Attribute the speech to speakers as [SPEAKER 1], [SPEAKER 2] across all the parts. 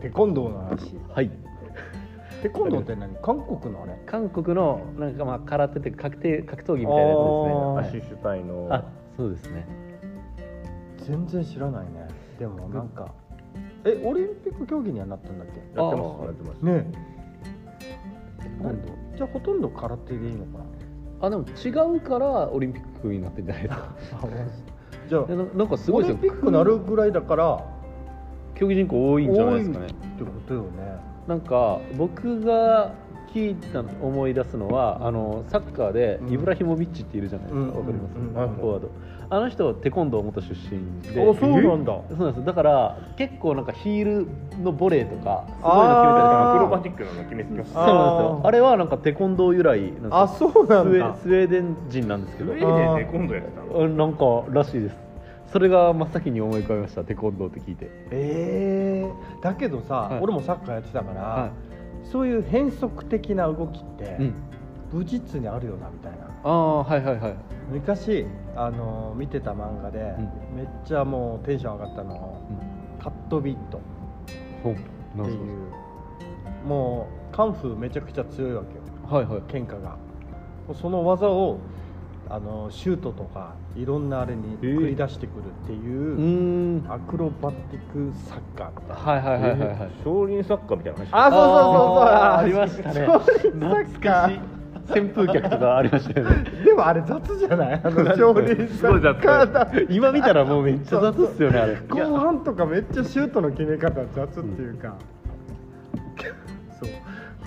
[SPEAKER 1] テコンドーの話
[SPEAKER 2] はい
[SPEAKER 1] テコンドーって何韓国のあれ
[SPEAKER 3] 韓国のなんかまあ空手って格闘格闘技みたいなや
[SPEAKER 1] あ
[SPEAKER 2] ア
[SPEAKER 1] ー
[SPEAKER 2] シュシュタイ
[SPEAKER 3] つで
[SPEAKER 2] の
[SPEAKER 3] すねあそうですね
[SPEAKER 1] 全然知らないねでもなんかえオリンピック競技にはなったんだっけ
[SPEAKER 2] やってま
[SPEAKER 3] あ
[SPEAKER 2] すやってます
[SPEAKER 1] ねえ
[SPEAKER 3] 今度
[SPEAKER 1] じゃあほとんど空手でいいのかな
[SPEAKER 3] あでも違うからオリンピックになってんじゃないですか
[SPEAKER 1] じゃあ
[SPEAKER 3] い やななんかすご
[SPEAKER 1] オ
[SPEAKER 3] い
[SPEAKER 1] リ
[SPEAKER 3] です
[SPEAKER 1] ン
[SPEAKER 3] よ
[SPEAKER 1] ピックなるぐらいだから
[SPEAKER 3] 競技人口多いんじゃないですか
[SPEAKER 1] 多
[SPEAKER 3] ね
[SPEAKER 1] ってことよね
[SPEAKER 3] なんか僕が聞いたの思い出すのはあのサッカーで
[SPEAKER 1] うん
[SPEAKER 3] イブラヒモビッチっているじゃないです
[SPEAKER 1] うん
[SPEAKER 3] か、わかります、
[SPEAKER 1] うん
[SPEAKER 3] フォワードあの人テコンドー元出身で
[SPEAKER 1] あそうなんだ
[SPEAKER 3] そうなんですだから結構なんかヒールのボレーとかすごい
[SPEAKER 1] あー
[SPEAKER 3] の決めたりと
[SPEAKER 2] アクロバ
[SPEAKER 3] か
[SPEAKER 2] ティックなの決めてきまし
[SPEAKER 3] そう
[SPEAKER 2] た
[SPEAKER 1] あ
[SPEAKER 3] なんですよ
[SPEAKER 1] ー
[SPEAKER 3] あれはなんかテコンドー由来なんですよ
[SPEAKER 1] あそうな
[SPEAKER 3] スウ
[SPEAKER 1] んだ
[SPEAKER 3] ェスウェーデン人なんですけ
[SPEAKER 2] ウ
[SPEAKER 3] ど
[SPEAKER 2] ェ
[SPEAKER 1] あ
[SPEAKER 2] ーデンで今度やってたの
[SPEAKER 3] うんなんからしいですそれが真っ先に思い浮かびましたテコンドーって聞いて
[SPEAKER 1] えー、だけどさ、
[SPEAKER 3] はい
[SPEAKER 1] 俺もサッカーやってたから、
[SPEAKER 3] は
[SPEAKER 1] そういう変則的な動きって、
[SPEAKER 3] うん
[SPEAKER 1] 武術にあるよなみたいな
[SPEAKER 3] ああはいはいはい
[SPEAKER 1] 昔あの見てた漫画で、めっちゃもうテンション上がったの、カットビット
[SPEAKER 3] ほうな
[SPEAKER 1] って
[SPEAKER 3] る
[SPEAKER 1] い
[SPEAKER 3] ほど
[SPEAKER 1] うもうカンフーめちゃくちゃ強いわけよ
[SPEAKER 3] はいはい
[SPEAKER 1] 喧嘩がその技をあのシュートとかいろんなあれに繰り出してくるって
[SPEAKER 3] う
[SPEAKER 1] いう、
[SPEAKER 3] ーん
[SPEAKER 1] アクロバティックサッカーみたいな
[SPEAKER 3] はいはいはいはい はい
[SPEAKER 2] えー少林サッカーみたいな話
[SPEAKER 1] あそうそうそうそ
[SPEAKER 3] あ
[SPEAKER 1] う
[SPEAKER 3] ーありましたね
[SPEAKER 1] 少林サッカー
[SPEAKER 3] 扇風客とかありましたよ ね
[SPEAKER 1] でもあれ雑じゃないあの少林サッカーだ
[SPEAKER 3] 今見たらもうめっちゃ雑っすよねあれ
[SPEAKER 1] 後半とかめっちゃシュートの決め方雑っていうか、そう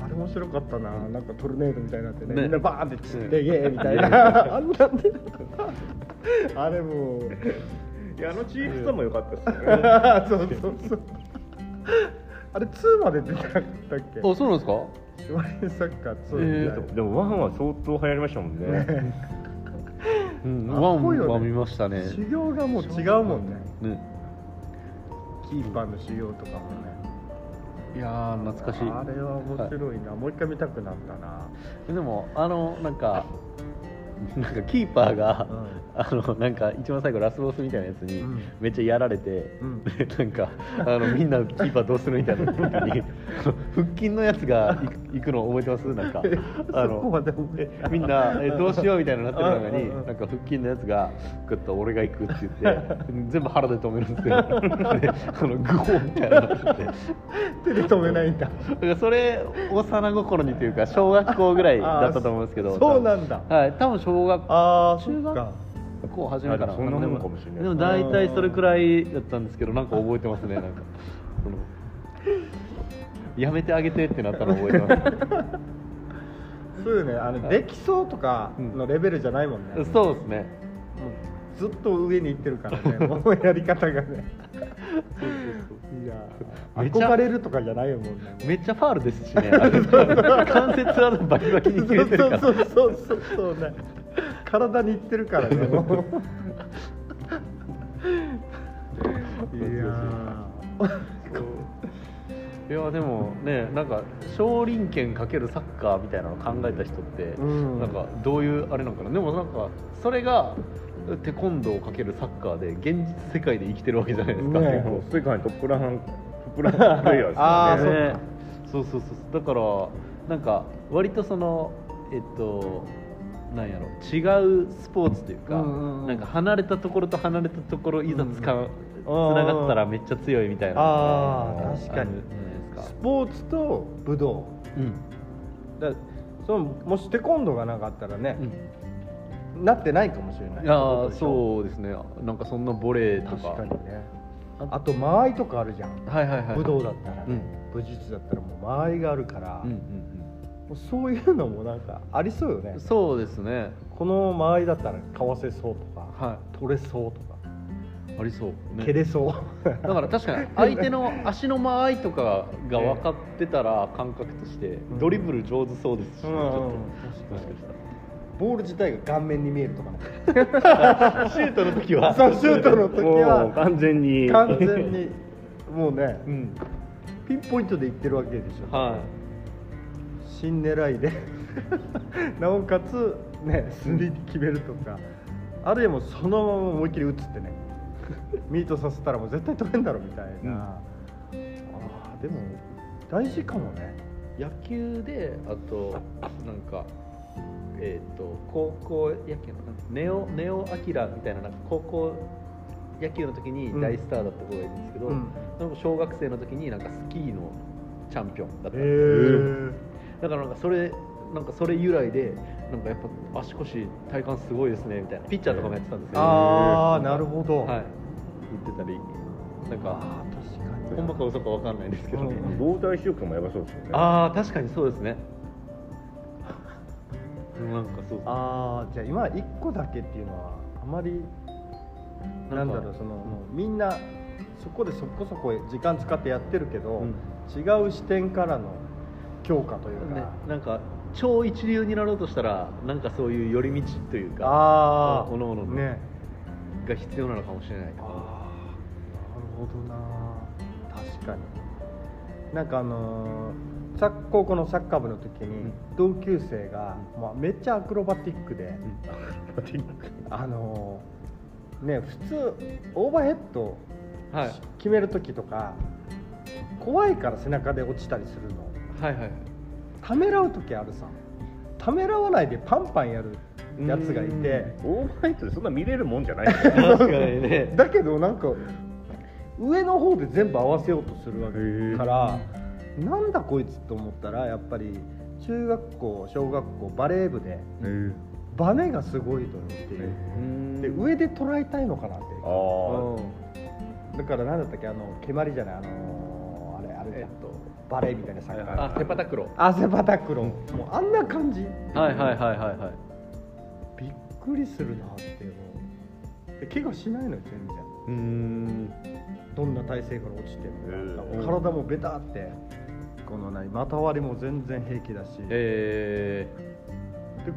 [SPEAKER 1] あれ面白かったななんかトルネードみたいになってね
[SPEAKER 3] ね
[SPEAKER 1] みんなバーンって散って、
[SPEAKER 3] うん
[SPEAKER 1] イエーイみたいなあんなんであれもう
[SPEAKER 2] いやあのチーフさんも良かったですよね
[SPEAKER 1] そうそうそうあれ2まで出たんだっけ
[SPEAKER 3] あそうなんですか
[SPEAKER 1] 少林サッカー2
[SPEAKER 3] え
[SPEAKER 1] み
[SPEAKER 3] ー
[SPEAKER 1] たいな
[SPEAKER 2] でもワンは相当流行りましたもんね。
[SPEAKER 3] うん
[SPEAKER 1] あ
[SPEAKER 3] ワン
[SPEAKER 1] ぽいよね
[SPEAKER 3] は見ましたね
[SPEAKER 1] 修行がもう違うもんね
[SPEAKER 3] ね
[SPEAKER 1] キーパーの修行とかもね
[SPEAKER 3] いやー懐かし
[SPEAKER 1] あれは面白いな、もう一回見たくなったな、
[SPEAKER 3] いでもあのなんかなんかキーパーが、あのなんか一番最後ラスボスみたいなやつに
[SPEAKER 1] うん
[SPEAKER 3] めっちゃやられて、
[SPEAKER 1] うん
[SPEAKER 3] でなんかあのみんなキーパーどうするみたいな 時に腹筋のやつがい行くの覚えてますなん かあ
[SPEAKER 1] そこ
[SPEAKER 3] の
[SPEAKER 1] まで覚えて
[SPEAKER 3] えみんなえどうしようみたいなのなってる中
[SPEAKER 1] うんうんう
[SPEAKER 3] に
[SPEAKER 1] ん
[SPEAKER 3] なんか腹筋のやつがグッと俺が行くって言って全部腹で止める んですよであのグホーみたいなのになって
[SPEAKER 1] 手で止めないんだ
[SPEAKER 3] だからそれ幼心にというか小学校ぐらいだったと思うんですけ
[SPEAKER 1] あ
[SPEAKER 3] ど
[SPEAKER 1] ーそうなんだ
[SPEAKER 3] 多分はい多分小学校
[SPEAKER 1] ああそ
[SPEAKER 3] 中学
[SPEAKER 1] っか
[SPEAKER 3] こう初めから
[SPEAKER 2] あでもそんなもんかもしれない
[SPEAKER 3] でも大体それくらいだったんですけどなんか覚えてますねなんかそのやめてあげてってなったの覚えてま
[SPEAKER 1] そうよねあのできそうとかのレベルじゃないもんね、
[SPEAKER 3] すそうですね
[SPEAKER 1] もうずっと上に行ってるからねもうやり方がねいや
[SPEAKER 3] めっちゃ
[SPEAKER 1] 憧れるとかじゃないよもんね
[SPEAKER 3] めっちゃファールですしねあれ関節はバキバキに切れてるから
[SPEAKER 1] そうそうそうそうそうね体にいってるからねもういや
[SPEAKER 3] いやでもねなんか少林拳かけるサッカーみたいなの考えた人って、
[SPEAKER 1] うん
[SPEAKER 3] なんかどういうあれなのかなでもなんかそれがテコンドーかけるサッカーで現実世界で生きてるわけじゃないですか、
[SPEAKER 1] ね
[SPEAKER 2] 結構世界のトップラントップランプレイヤーですよね。
[SPEAKER 1] あー
[SPEAKER 3] ねそうそうそうそうだからなんか割とそのえっとなんやろ違うスポーツというか、
[SPEAKER 1] うんうんうん
[SPEAKER 3] なんか離れたところと離れたところいざつか、つ
[SPEAKER 1] うん
[SPEAKER 3] ながったらめっちゃ強いみたいな
[SPEAKER 1] あー
[SPEAKER 3] のが
[SPEAKER 1] 確かに
[SPEAKER 3] あるじゃないです
[SPEAKER 1] ス
[SPEAKER 3] か
[SPEAKER 1] ポーツと武道だそのもしテコンドーがなかったらね
[SPEAKER 3] う、ん、うん
[SPEAKER 1] なってないかもしれない
[SPEAKER 3] いやーそうですねなんかそんなボレーと
[SPEAKER 1] 確
[SPEAKER 3] か
[SPEAKER 1] かにねあと間合いとかあるじゃん
[SPEAKER 3] はいはいはい
[SPEAKER 1] 武道だったら、
[SPEAKER 3] う
[SPEAKER 1] ね
[SPEAKER 3] ん
[SPEAKER 1] 武術だったらもう間合いがあるから、
[SPEAKER 3] うん
[SPEAKER 1] も
[SPEAKER 3] うん
[SPEAKER 1] うそういうのもなんかありそうよね
[SPEAKER 3] うんそうですね
[SPEAKER 1] この間合いだったらかわせそうとか、
[SPEAKER 3] は
[SPEAKER 1] 取れそうとか、
[SPEAKER 3] いありそう、ね
[SPEAKER 1] 蹴れそう
[SPEAKER 3] だから確かに相手の足の間合いとかが分かってたら感覚として
[SPEAKER 1] ん
[SPEAKER 3] ドリブル上手そうですし、
[SPEAKER 1] う
[SPEAKER 3] ちょっ
[SPEAKER 1] ん
[SPEAKER 3] と
[SPEAKER 1] 確
[SPEAKER 3] も
[SPEAKER 1] か
[SPEAKER 3] し
[SPEAKER 1] に
[SPEAKER 3] かした
[SPEAKER 1] ボール自体が顔面に見えるとかね
[SPEAKER 3] らシュートの時は
[SPEAKER 1] そうシュートの時
[SPEAKER 2] もう
[SPEAKER 1] は
[SPEAKER 2] 完全に
[SPEAKER 1] 完全にもうね
[SPEAKER 3] うん
[SPEAKER 1] ピンポイントでいってるわけでしょ、
[SPEAKER 3] は
[SPEAKER 1] 新狙いで なおかつねスリーで決めるとかあるいはもうそのまま思いっ きり打つってねミートさせたらもう絶対取れんだろみたいな、ああでも大事かもね
[SPEAKER 3] 野球であとなんかえっ、と高校野球のなんかネオネオアキラみたいななんか高校野球の時に大スターだった子がいるんですけど、その子小学生の時になんかスキーのチャンピオンだったんですよ
[SPEAKER 1] え
[SPEAKER 3] だからなんかそれなんかそれ由来でなんかやっぱ足腰体幹すごいですねみたいなピッチャーとかもやってたんですけど、
[SPEAKER 1] ああなるほど、
[SPEAKER 3] はい言ってたりなんか
[SPEAKER 1] ああ確かに
[SPEAKER 3] ほんまか嘘かわかんないんですけどね、
[SPEAKER 1] うん
[SPEAKER 2] 動体視力もやばそうですよね
[SPEAKER 3] ああ確かにそうですねなんかそう
[SPEAKER 1] ああじゃあ今一個だけっていうのはあまり
[SPEAKER 3] な
[SPEAKER 1] なんん
[SPEAKER 3] か
[SPEAKER 1] だろうその、
[SPEAKER 3] う
[SPEAKER 1] みんなそこでそこそこ時間使ってやってるけど、
[SPEAKER 3] うん
[SPEAKER 1] 違う視点からの強化というか、
[SPEAKER 3] ね、なんか超一流になろうとしたらなんかそういう寄り道というか
[SPEAKER 1] ああ
[SPEAKER 3] おのおのの
[SPEAKER 1] ね
[SPEAKER 3] が必要なのかもしれない
[SPEAKER 1] ああなるほどな確かになんかあのー、サッ高校のサッカー部の時に同級生が、まあ、めっちゃアクロバティックで、あのーね普通オーバーヘッド
[SPEAKER 3] はい
[SPEAKER 1] 決める時とか怖いから背中で落ちたりするの
[SPEAKER 3] はいはい
[SPEAKER 1] ためらう時あるさためらわないでパンパンやるやつがいて
[SPEAKER 2] オーバーヘッドでそんな見れるもんじゃないですよ
[SPEAKER 3] 確かにね
[SPEAKER 1] だけどなんか上の方で全部合わせようとするわけからなんだこいつと思ったらやっぱり中学校小学校バレー部でバネがすごいと思って いう
[SPEAKER 3] うん
[SPEAKER 1] で上で捉えたいのかなって
[SPEAKER 2] あー
[SPEAKER 1] うんだから何だったっけあの蹴まりじゃないあのーあれあれじ
[SPEAKER 3] え
[SPEAKER 1] ゃん
[SPEAKER 3] っと
[SPEAKER 1] バレーみたいなサッカー
[SPEAKER 3] あセパタクロ
[SPEAKER 1] 汗パタクロンもうあんな感じ
[SPEAKER 3] はいはいはいはいはい
[SPEAKER 1] びっくりするなっていうので怪我しないのよ全然
[SPEAKER 3] うん
[SPEAKER 1] どんな体勢から落ちて
[SPEAKER 2] うん
[SPEAKER 1] も、なんか体もベタってこの何股割りも全然平気だし、で
[SPEAKER 3] え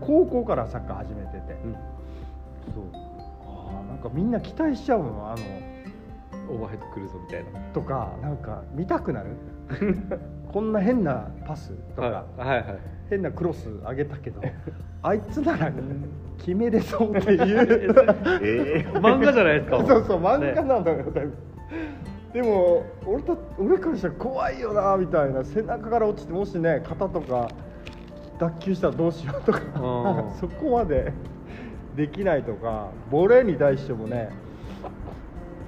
[SPEAKER 1] 高校からサッカー始めてて、
[SPEAKER 3] ーうん
[SPEAKER 1] そうあーなんかみんな期待しちゃうのあの
[SPEAKER 3] オーバーヘッド来るぞみたいな
[SPEAKER 1] とかなんか見たくなる こんな変なパスとか、
[SPEAKER 3] はいはいはい
[SPEAKER 1] 変なクロス上げた けどあいつなら決めれそうっ ていう
[SPEAKER 2] え ー
[SPEAKER 3] 漫画じゃないです
[SPEAKER 1] そ
[SPEAKER 3] か
[SPEAKER 1] うそう漫画なのよ、だいぶでも俺と俺からしたら怖いよなみたいな背中から落ちてもしね肩とか脱臼したらどうしようとか
[SPEAKER 3] ん
[SPEAKER 1] そこまで できないとかボレーに対してもね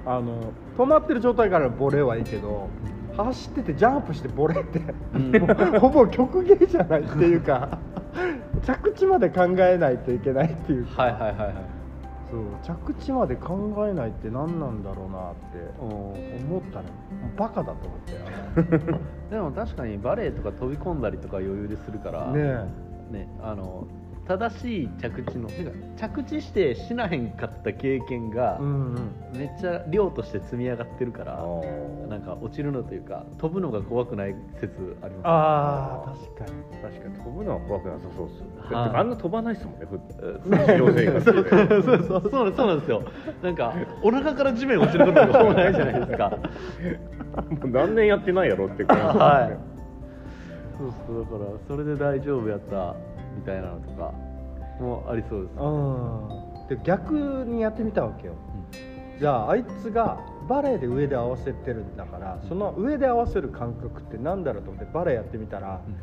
[SPEAKER 1] あの止まってる状態からのボレーはいいけど走っててジャンプしてボレーって、もう ほぼ極限じゃないっていうか着地まで考えないといけないっていうか
[SPEAKER 3] はいはいはいはい
[SPEAKER 1] そう着地まで考えないって何なんだろうなって思ったねバカだと思って
[SPEAKER 3] でも確かにバレーとか飛び込んだりとか余裕でするから
[SPEAKER 1] ね
[SPEAKER 3] ね、あの正しい着地のてか着地してしなへんかった経験が
[SPEAKER 1] え、うんうん、
[SPEAKER 3] めっちゃ量として積み上がってるか
[SPEAKER 2] あ
[SPEAKER 3] ら、
[SPEAKER 2] ー
[SPEAKER 3] なんか落ちるのというか飛ぶのが怖くない説あります
[SPEAKER 1] ああ確かに
[SPEAKER 2] 確かに飛ぶのは怖くなさそうですよ、
[SPEAKER 3] はい
[SPEAKER 2] だってあんな飛ばないですもんねふ
[SPEAKER 3] うん
[SPEAKER 2] 日常生活で
[SPEAKER 3] そうそうそうそうなんですよなんかお腹から地面落ちることがほぼないじゃないですか
[SPEAKER 2] もう 何年やってないやろって感じ、
[SPEAKER 3] はいそうそうだからそれで大丈夫やったみたいなのとかもありそうです
[SPEAKER 1] うんで逆にやってみたわけよじゃああいつがバレエで上で合わせてるんだからその上で合わせる感覚って何だろうと思ってバレエやってみたら、
[SPEAKER 3] うん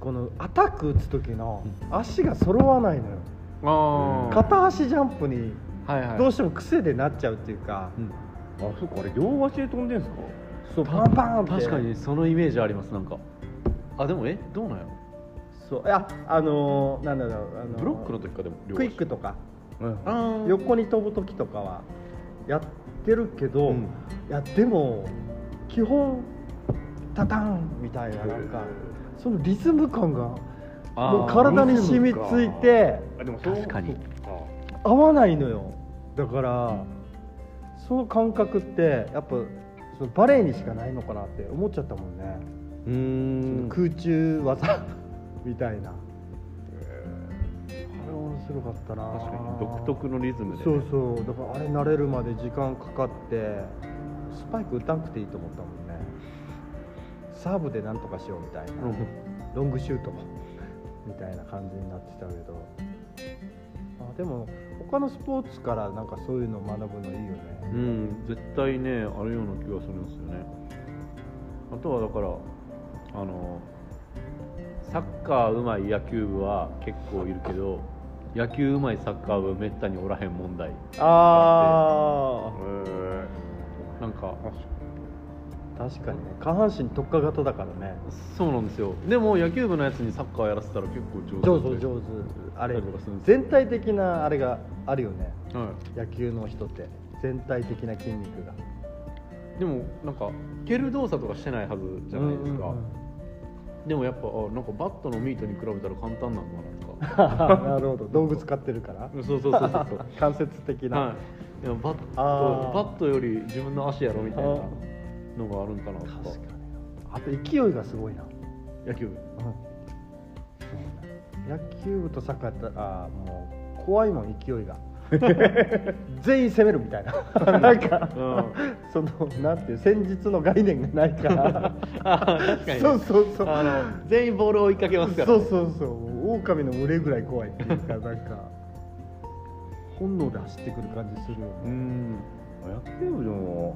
[SPEAKER 1] このアタック打つ時の足が揃わないのよ、
[SPEAKER 3] あー
[SPEAKER 1] 片足ジャンプに
[SPEAKER 3] はいはい
[SPEAKER 1] どうしても癖でなっちゃうっていうか、
[SPEAKER 3] うん
[SPEAKER 2] あそうかあれ両足で飛んでんすか
[SPEAKER 1] そうパンパンって
[SPEAKER 3] 確かにそのイメージありますなんかあでもえどうなんやろ
[SPEAKER 1] そういやあのーなんだろう、あのー
[SPEAKER 3] ブロックの時かでも両足
[SPEAKER 1] クイックとか
[SPEAKER 3] あよ
[SPEAKER 1] 横に飛ぶ時とかはやってるけど、
[SPEAKER 3] うん
[SPEAKER 1] いやでも基本タタンみたいななんかそのリズム感が
[SPEAKER 3] あー
[SPEAKER 1] もう体に染みついて
[SPEAKER 2] あでもそう
[SPEAKER 3] 確かに
[SPEAKER 2] そうか
[SPEAKER 1] 合わないのよだからその感覚ってやっぱそのバレエにしかないのかなって思っちゃったもんね、
[SPEAKER 3] うーん
[SPEAKER 1] 空中技 みたいな、あれ面白かったな
[SPEAKER 3] 確かに独特のリズムで、ね、
[SPEAKER 1] そうそうだからあれ慣れるまで時間かかってスパイク打たなくていいと思ったもんねサーブでなんとかしようみたいな、ロングシュートみたいな感じになってたけどあでも他のスポーツからなんかそういうのを学ぶのいいよね
[SPEAKER 3] うん絶対ねあるような気がするんですよねあとはだからあのサッカーうまい野球部は結構いるけど野球うまいサッカー部めったにおらへん問題
[SPEAKER 1] あ
[SPEAKER 2] ー
[SPEAKER 3] なんか
[SPEAKER 1] あ確かにね下半身特化型だからね
[SPEAKER 3] そうなんですよでも野球部のやつにサッカーやらせたら結構上
[SPEAKER 1] 上
[SPEAKER 3] 手
[SPEAKER 1] 手上手あれ
[SPEAKER 3] なんとかするんですよ
[SPEAKER 1] 全体的なあれがあるよね
[SPEAKER 3] は
[SPEAKER 1] 野球の人って全体的な筋肉が
[SPEAKER 3] い、でもなんか蹴る動作とかしてないはずじゃないですか、
[SPEAKER 1] うんうん
[SPEAKER 3] でもやっぱあなんかバットのミートに比べたら簡単なんだなと か
[SPEAKER 1] うんなるほど道具使ってるから
[SPEAKER 3] そうそうそうそうそう
[SPEAKER 1] 間接的な、
[SPEAKER 3] はい、でもバット
[SPEAKER 1] あー
[SPEAKER 3] バットより自分の足やろみたいな
[SPEAKER 1] あ
[SPEAKER 3] のがあるんかなとか
[SPEAKER 1] 確かにあと勢いがすごいな、
[SPEAKER 3] 野球部
[SPEAKER 1] 野球部とサッカーやったらあーもう怖いもん勢い が全員攻めるみたいななんか、そのなんていう戦術の概念がないから
[SPEAKER 3] あー確かに
[SPEAKER 1] そうそうそう
[SPEAKER 3] あの全員ボールを追いかけますから、
[SPEAKER 1] そうそうそう狼の群れぐらい怖いっていうかなんか本能で走ってくる感じするよ
[SPEAKER 2] う
[SPEAKER 1] ね
[SPEAKER 2] ん野球部でも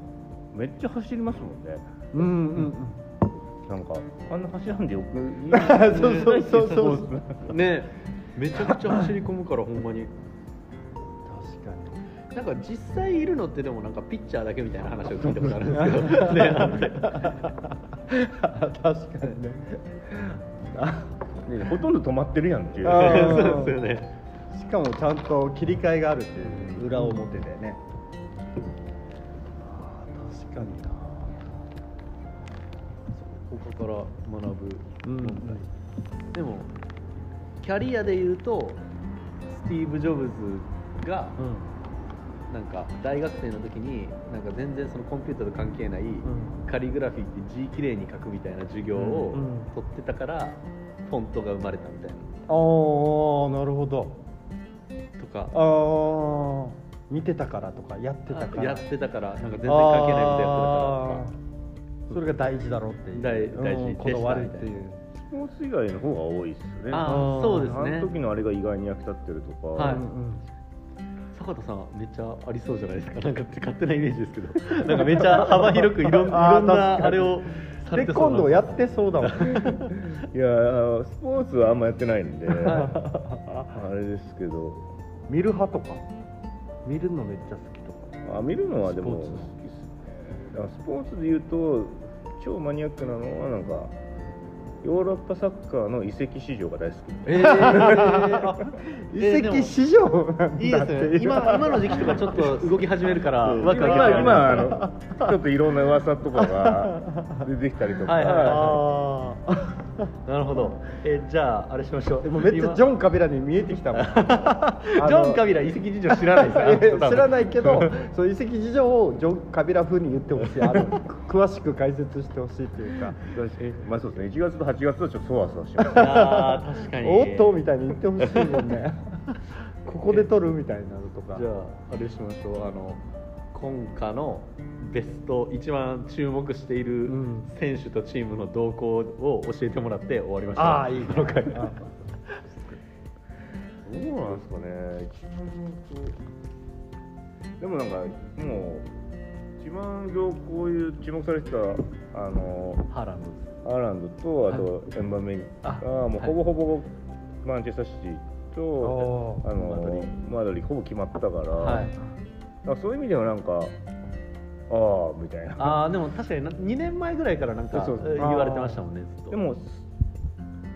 [SPEAKER 2] めっちゃ走りますもんね
[SPEAKER 1] うんうん
[SPEAKER 2] なんかあんな走らんでよく
[SPEAKER 1] そうそう そうそう
[SPEAKER 3] ねめちゃくちゃ走り込むからほんまに
[SPEAKER 1] 確かに
[SPEAKER 3] なんか実際いるのってでもなんかピッチャーだけみたいな話を聞いたことあるんですけどねあのね
[SPEAKER 1] 確かにねあ
[SPEAKER 2] ねほとんど止まってるやんっていう
[SPEAKER 1] あー
[SPEAKER 3] そうですよね
[SPEAKER 1] しかもちゃんと切り替えがあるっていう裏表でね、あー確かにな
[SPEAKER 3] 他から学ぶ
[SPEAKER 1] うん
[SPEAKER 3] 問題、でもキャリアで言うとスティーブ・ジョブズがなんか大学生の時になんか全然そのコンピューターと関係ない
[SPEAKER 1] ん
[SPEAKER 3] カリグラフィーって字きれいに書くみたいな授業を
[SPEAKER 1] うんうん
[SPEAKER 3] 取ってたからフォントが生まれたみたい
[SPEAKER 1] ああなるほど
[SPEAKER 3] なとか
[SPEAKER 1] ああ見てたからとかやってたから
[SPEAKER 3] やってたからなんか全然関係ないことやってたからとか
[SPEAKER 1] あーそれが大事だろうっていう
[SPEAKER 3] 大大事
[SPEAKER 1] う
[SPEAKER 3] で
[SPEAKER 1] ん
[SPEAKER 3] した
[SPEAKER 1] こだわるっていう
[SPEAKER 2] スポーツ以外の方が多いっすね
[SPEAKER 3] あ
[SPEAKER 1] あ
[SPEAKER 3] あ
[SPEAKER 1] ー
[SPEAKER 3] そうです
[SPEAKER 2] あ
[SPEAKER 3] ね
[SPEAKER 2] の時のあれが意外に役立ってるとか、
[SPEAKER 3] はい
[SPEAKER 1] うんうん
[SPEAKER 3] 坂田さんめっちゃありそうじゃないですかなんかって勝手なイメージですけど なんかめっちゃ幅広くいろんいろん
[SPEAKER 1] あー確か
[SPEAKER 3] な
[SPEAKER 1] に
[SPEAKER 3] あれをされ
[SPEAKER 1] で
[SPEAKER 3] てそう
[SPEAKER 1] 今
[SPEAKER 3] な
[SPEAKER 1] 度やってそうだもん
[SPEAKER 2] いやースポーツはあんまやってないんであれですけど
[SPEAKER 1] 見る派とか見るのめっちゃ好きとか
[SPEAKER 2] あ見るのはでも
[SPEAKER 1] ス
[SPEAKER 2] 好
[SPEAKER 1] ポーツ
[SPEAKER 2] きっすねだからスポーツで言うと超マニアックなのはなんかヨーロッパサッカーの移籍市場が大好き
[SPEAKER 3] えー
[SPEAKER 1] 遺跡市場なん
[SPEAKER 3] いいで
[SPEAKER 1] だっ
[SPEAKER 3] す
[SPEAKER 1] て
[SPEAKER 3] ね今今の時期とかちょっと動き始めるから
[SPEAKER 2] 今
[SPEAKER 3] ワクワク
[SPEAKER 2] 今
[SPEAKER 3] します
[SPEAKER 2] あのちょっといろんな噂とかが出てきたりとか
[SPEAKER 3] はいはいはい
[SPEAKER 1] ああ
[SPEAKER 3] なるほど。えじゃああれしましょう。
[SPEAKER 1] でもめっちゃジ
[SPEAKER 3] ン
[SPEAKER 1] ョン・カビラに見えて きたもん
[SPEAKER 3] ジョンカビラ遺跡事情知 らないですよあの人多分。
[SPEAKER 1] 知らない けどその遺跡事情をジョン・カビラ風に言ってほしいあの詳しく解説してほしいというか
[SPEAKER 2] まあそうですね1月と8月はちょっとそわそわします
[SPEAKER 3] あー確かに。
[SPEAKER 1] おっとみたいに言ってほしいも んねここで撮るみたいなのとか
[SPEAKER 3] じゃああれしましょう。あの今夏のベスト一番注目している
[SPEAKER 1] うん
[SPEAKER 3] 選手とチームの動向を教えてもらって終わりました。
[SPEAKER 1] ああいい
[SPEAKER 3] この回
[SPEAKER 1] あ
[SPEAKER 2] どうなんですかね一番良好でもなんかもう一番良こういう注目されてたあの
[SPEAKER 3] ハーランドです。
[SPEAKER 2] アーランドとあとエンバメ
[SPEAKER 3] あ
[SPEAKER 2] がもう
[SPEAKER 3] はい
[SPEAKER 2] ほぼほぼマンチェスターシティと
[SPEAKER 1] あー
[SPEAKER 2] あ
[SPEAKER 3] マドリ
[SPEAKER 2] のマドリほぼ決まったから,、
[SPEAKER 3] はい。
[SPEAKER 2] そういう意味ではなんかああみたいな
[SPEAKER 3] ああでも確かにな2年前ぐらいからなんか
[SPEAKER 2] そうそう
[SPEAKER 3] え言われてましたもんねずっと。
[SPEAKER 2] でも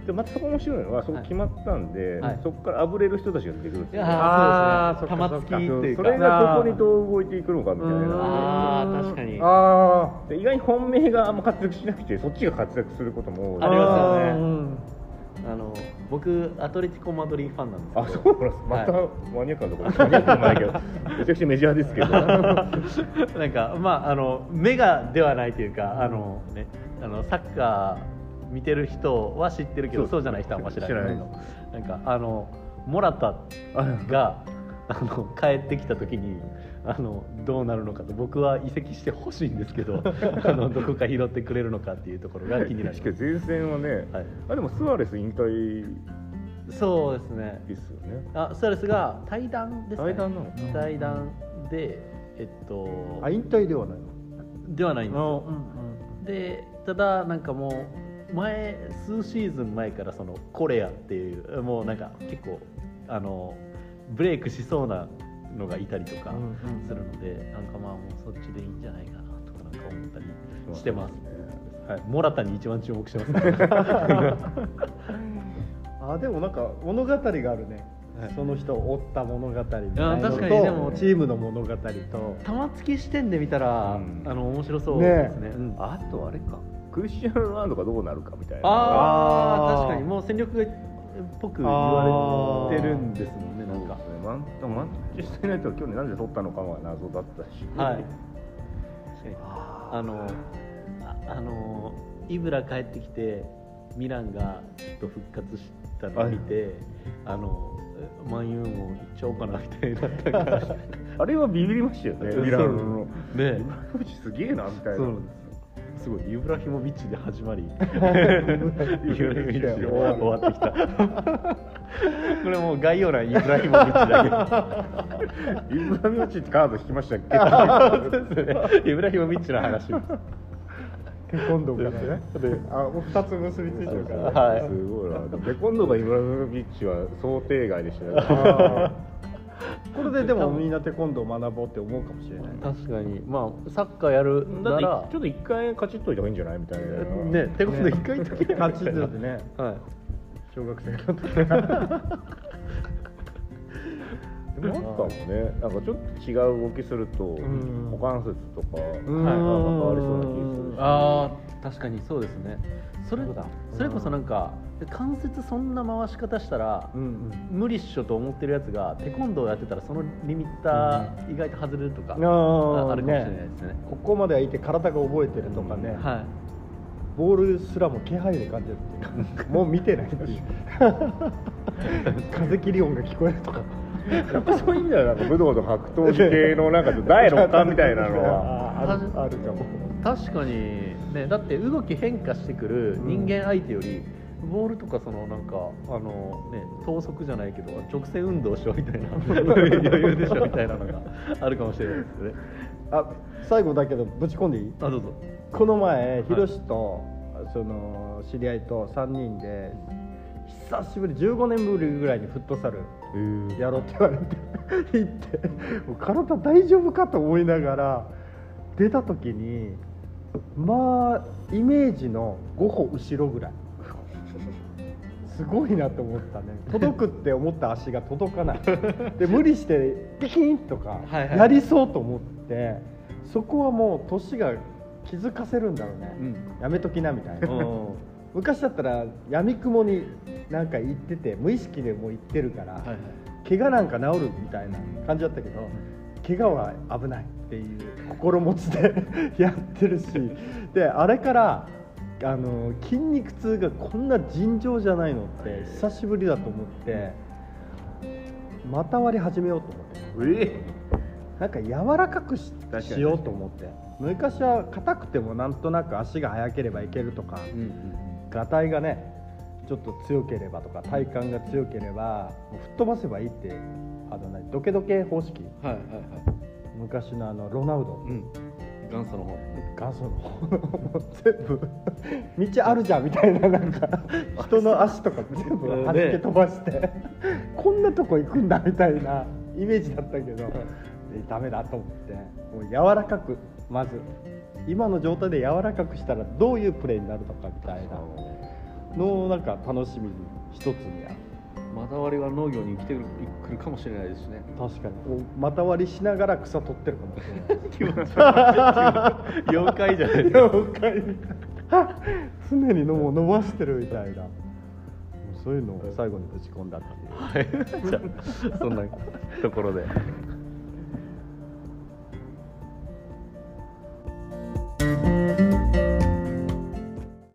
[SPEAKER 2] でまたそこ面白いのはそこ決まったんで、
[SPEAKER 3] はい
[SPEAKER 2] そこからあぶれる人たちが出てくるんです
[SPEAKER 3] い
[SPEAKER 2] よ
[SPEAKER 3] や
[SPEAKER 1] あ
[SPEAKER 3] ーそ
[SPEAKER 1] ー
[SPEAKER 3] うですね。玉
[SPEAKER 1] そっかそっ
[SPEAKER 3] 突
[SPEAKER 1] か
[SPEAKER 3] き
[SPEAKER 2] そ
[SPEAKER 3] っていうう
[SPEAKER 2] そ
[SPEAKER 3] か。
[SPEAKER 2] れがここにどう動いていくのかみたい
[SPEAKER 1] うん
[SPEAKER 2] な。
[SPEAKER 3] あー確かに
[SPEAKER 1] あ
[SPEAKER 2] で意外に本命があんま活躍しなくてそっちが活躍することも
[SPEAKER 1] ー
[SPEAKER 3] ありますよね
[SPEAKER 1] あーうん
[SPEAKER 3] あの僕アトレティコマドリーファンなん
[SPEAKER 2] あ
[SPEAKER 3] ですけど
[SPEAKER 2] そうなんですまた
[SPEAKER 3] は
[SPEAKER 2] マニアックなところマニアックでもないけどめちゃくちゃメジャーですけど
[SPEAKER 3] なんかまああのメガではないというかあのねあのサッカー見てる人は知ってるけど
[SPEAKER 2] そう
[SPEAKER 3] そうじゃない人はあんま知らないけど
[SPEAKER 2] 知
[SPEAKER 3] なんかあのモラタが あの帰ってきた時にあのどうなるのかと僕は移籍してほしいんですけ どあのどこか拾ってくれるのかっていうところが気になり
[SPEAKER 2] 確か
[SPEAKER 3] ま
[SPEAKER 2] に
[SPEAKER 3] す。
[SPEAKER 2] 前線はね、
[SPEAKER 3] はい
[SPEAKER 2] あでもスアレス引退
[SPEAKER 3] そうですね
[SPEAKER 2] ですよね
[SPEAKER 3] あストレスが対談ですかね
[SPEAKER 2] 対談なの
[SPEAKER 3] 対談でえっと
[SPEAKER 1] あ引退ではない
[SPEAKER 3] ではないんです
[SPEAKER 1] の
[SPEAKER 3] よでただなんかもう前数シーズン前からそのコレアっていうもうなんか結構あのブレイクしそうなのがいたりとか
[SPEAKER 1] うんうん
[SPEAKER 3] するので、なんかまあもうそっちでいいんじゃないかなとかなんか思ったりしてます、はい、モラタに一番注目してます、
[SPEAKER 1] あでもなんか物語があるね、
[SPEAKER 3] はい
[SPEAKER 1] その人を追った物語みたいな
[SPEAKER 3] あ
[SPEAKER 1] のと
[SPEAKER 3] 確かにでも
[SPEAKER 1] チームの物語と
[SPEAKER 3] 玉突き視点で見たら、
[SPEAKER 2] うん
[SPEAKER 3] あの面白そうですね
[SPEAKER 1] ね
[SPEAKER 3] うんあとあれか
[SPEAKER 2] クリスチャン・ロナウドがどうなるかみたいな
[SPEAKER 3] ああ
[SPEAKER 1] あー
[SPEAKER 3] 確かにもう戦力がっぽく言われてるんですもんね
[SPEAKER 2] な
[SPEAKER 3] なんん
[SPEAKER 2] か
[SPEAKER 3] か
[SPEAKER 2] マンでもマンチェスター・ユナイトは去年なんで取ったのかは謎だったし、
[SPEAKER 3] はいあのああのイブラ帰ってきてミランがちょっと復活したのを見て、あの万有も行っちゃおうかなみたいになったから
[SPEAKER 2] あれはビビりましたよね、
[SPEAKER 3] そう
[SPEAKER 2] ミランの。
[SPEAKER 3] ね
[SPEAKER 2] 富士すげえなみたい
[SPEAKER 3] そう
[SPEAKER 2] な
[SPEAKER 3] なんですごいイブラヒモビッチで始まり イブラヒモビッチで終わ終わってきた これもう概要欄イブラヒモビッチだけ
[SPEAKER 2] イブラミオチってカード引きましたっけあ
[SPEAKER 3] イブラヒモビッチの話です
[SPEAKER 1] 結婚道から ねあ2つ結びついてるから、ね、
[SPEAKER 3] はい
[SPEAKER 2] すごいなで今度がイブラミオチは想定外でしたね
[SPEAKER 1] あーこれででもみんなテコンドーを学ぼうって思うかもしれないね
[SPEAKER 3] 確かにまあサッカーやる
[SPEAKER 2] だっ
[SPEAKER 3] な
[SPEAKER 2] て
[SPEAKER 3] ら
[SPEAKER 2] ちょっと一回勝ちといた方がいいんじゃないみたいな
[SPEAKER 3] ね手こそ一回だけ
[SPEAKER 1] 勝ちだってね
[SPEAKER 3] はい
[SPEAKER 1] 小学生の時から
[SPEAKER 2] でもなんかもねなんかちょっと違う動きすると、
[SPEAKER 1] ん
[SPEAKER 2] 股関節とか、
[SPEAKER 1] うん
[SPEAKER 2] なんか変わりそうな気がするし
[SPEAKER 3] あー確かにそうですねそれ
[SPEAKER 1] そうだ
[SPEAKER 3] それこそなんか関節そんな回し方したら
[SPEAKER 1] うんうん
[SPEAKER 3] 無理っしょと思ってるやつがテコンドーやってたらそのリミッター意外と外れるとか、ああるかもしれないですね
[SPEAKER 1] ここまではいて体が覚えてるとかね、
[SPEAKER 3] は
[SPEAKER 1] ボールすらも気配で感じ るっていうもう見てないっていう風切り音が聞こえるとか
[SPEAKER 2] やっぱそういう意味ではなんか武道と格闘技系のなんかちょっと第六感みたいなの は
[SPEAKER 1] あーあるあるかも
[SPEAKER 3] い確かにねだって動き変化してくる人間相手より、ボールとかそのなんかあのね等速じゃないけど直線運動しようみ たいな余裕でしょみたいなのがあるかもしれないですね
[SPEAKER 1] あ最後だけどぶち込んでいい
[SPEAKER 3] あどうぞ
[SPEAKER 1] この前ヒロシとその知り合いと3人で久しぶり15年ぶりぐらいにフットサルやろうって言われて行ってもう体大丈夫かと思いながら出た時にまあイメージの5歩後ろぐらいすごいなと 思ったね届くって思った足が届かないで無理してピキンとか
[SPEAKER 3] はいはい
[SPEAKER 1] やりそうと思って、そこはもう年が気づかせるんだろうね、やめときなみたいな、昔だったらやみくもになんか行ってて無意識でもう行ってるから、
[SPEAKER 3] はいはい
[SPEAKER 1] 怪我なんか治るみたいな感じだったけど、怪我は危ないっていう心持ちで やってるしであれからあの筋肉痛がこんな尋常じゃないのって久しぶりだと思ってまた割り始めようと思って
[SPEAKER 2] え
[SPEAKER 1] なんか柔らかくし
[SPEAKER 2] かに
[SPEAKER 1] しようと思って昔は硬くてもなんとなく足が速ければいけるとか、がたいがねちょっと強ければとか体幹が強ければもう吹っ飛ばせばいいってあのねドケドケ方式
[SPEAKER 3] はいはいはい
[SPEAKER 1] 昔のあのロナウド、
[SPEAKER 3] うん元祖の方
[SPEAKER 1] 元祖の もう全部道 あるじゃんみたいななんか人の足とか全部はじけ飛ばして、こんなとこ行くんだみたいなイメージだったけど、ダメだと思ってもう柔らかくまず今の状態で柔らかくしたらどういうプレーになるのかみたいなのをなんか楽しみに一つにある
[SPEAKER 3] また割りは農業に生きてくる来るかもしれないです ね
[SPEAKER 1] 確かにこう股割りしながら草取ってるかもしれない
[SPEAKER 3] 妖怪じゃないですか
[SPEAKER 1] 妖怪みたいな常にのもう伸ばしてるみたいなそういうのを最後にぶち込んだっていう
[SPEAKER 3] はいじゃあそんなところで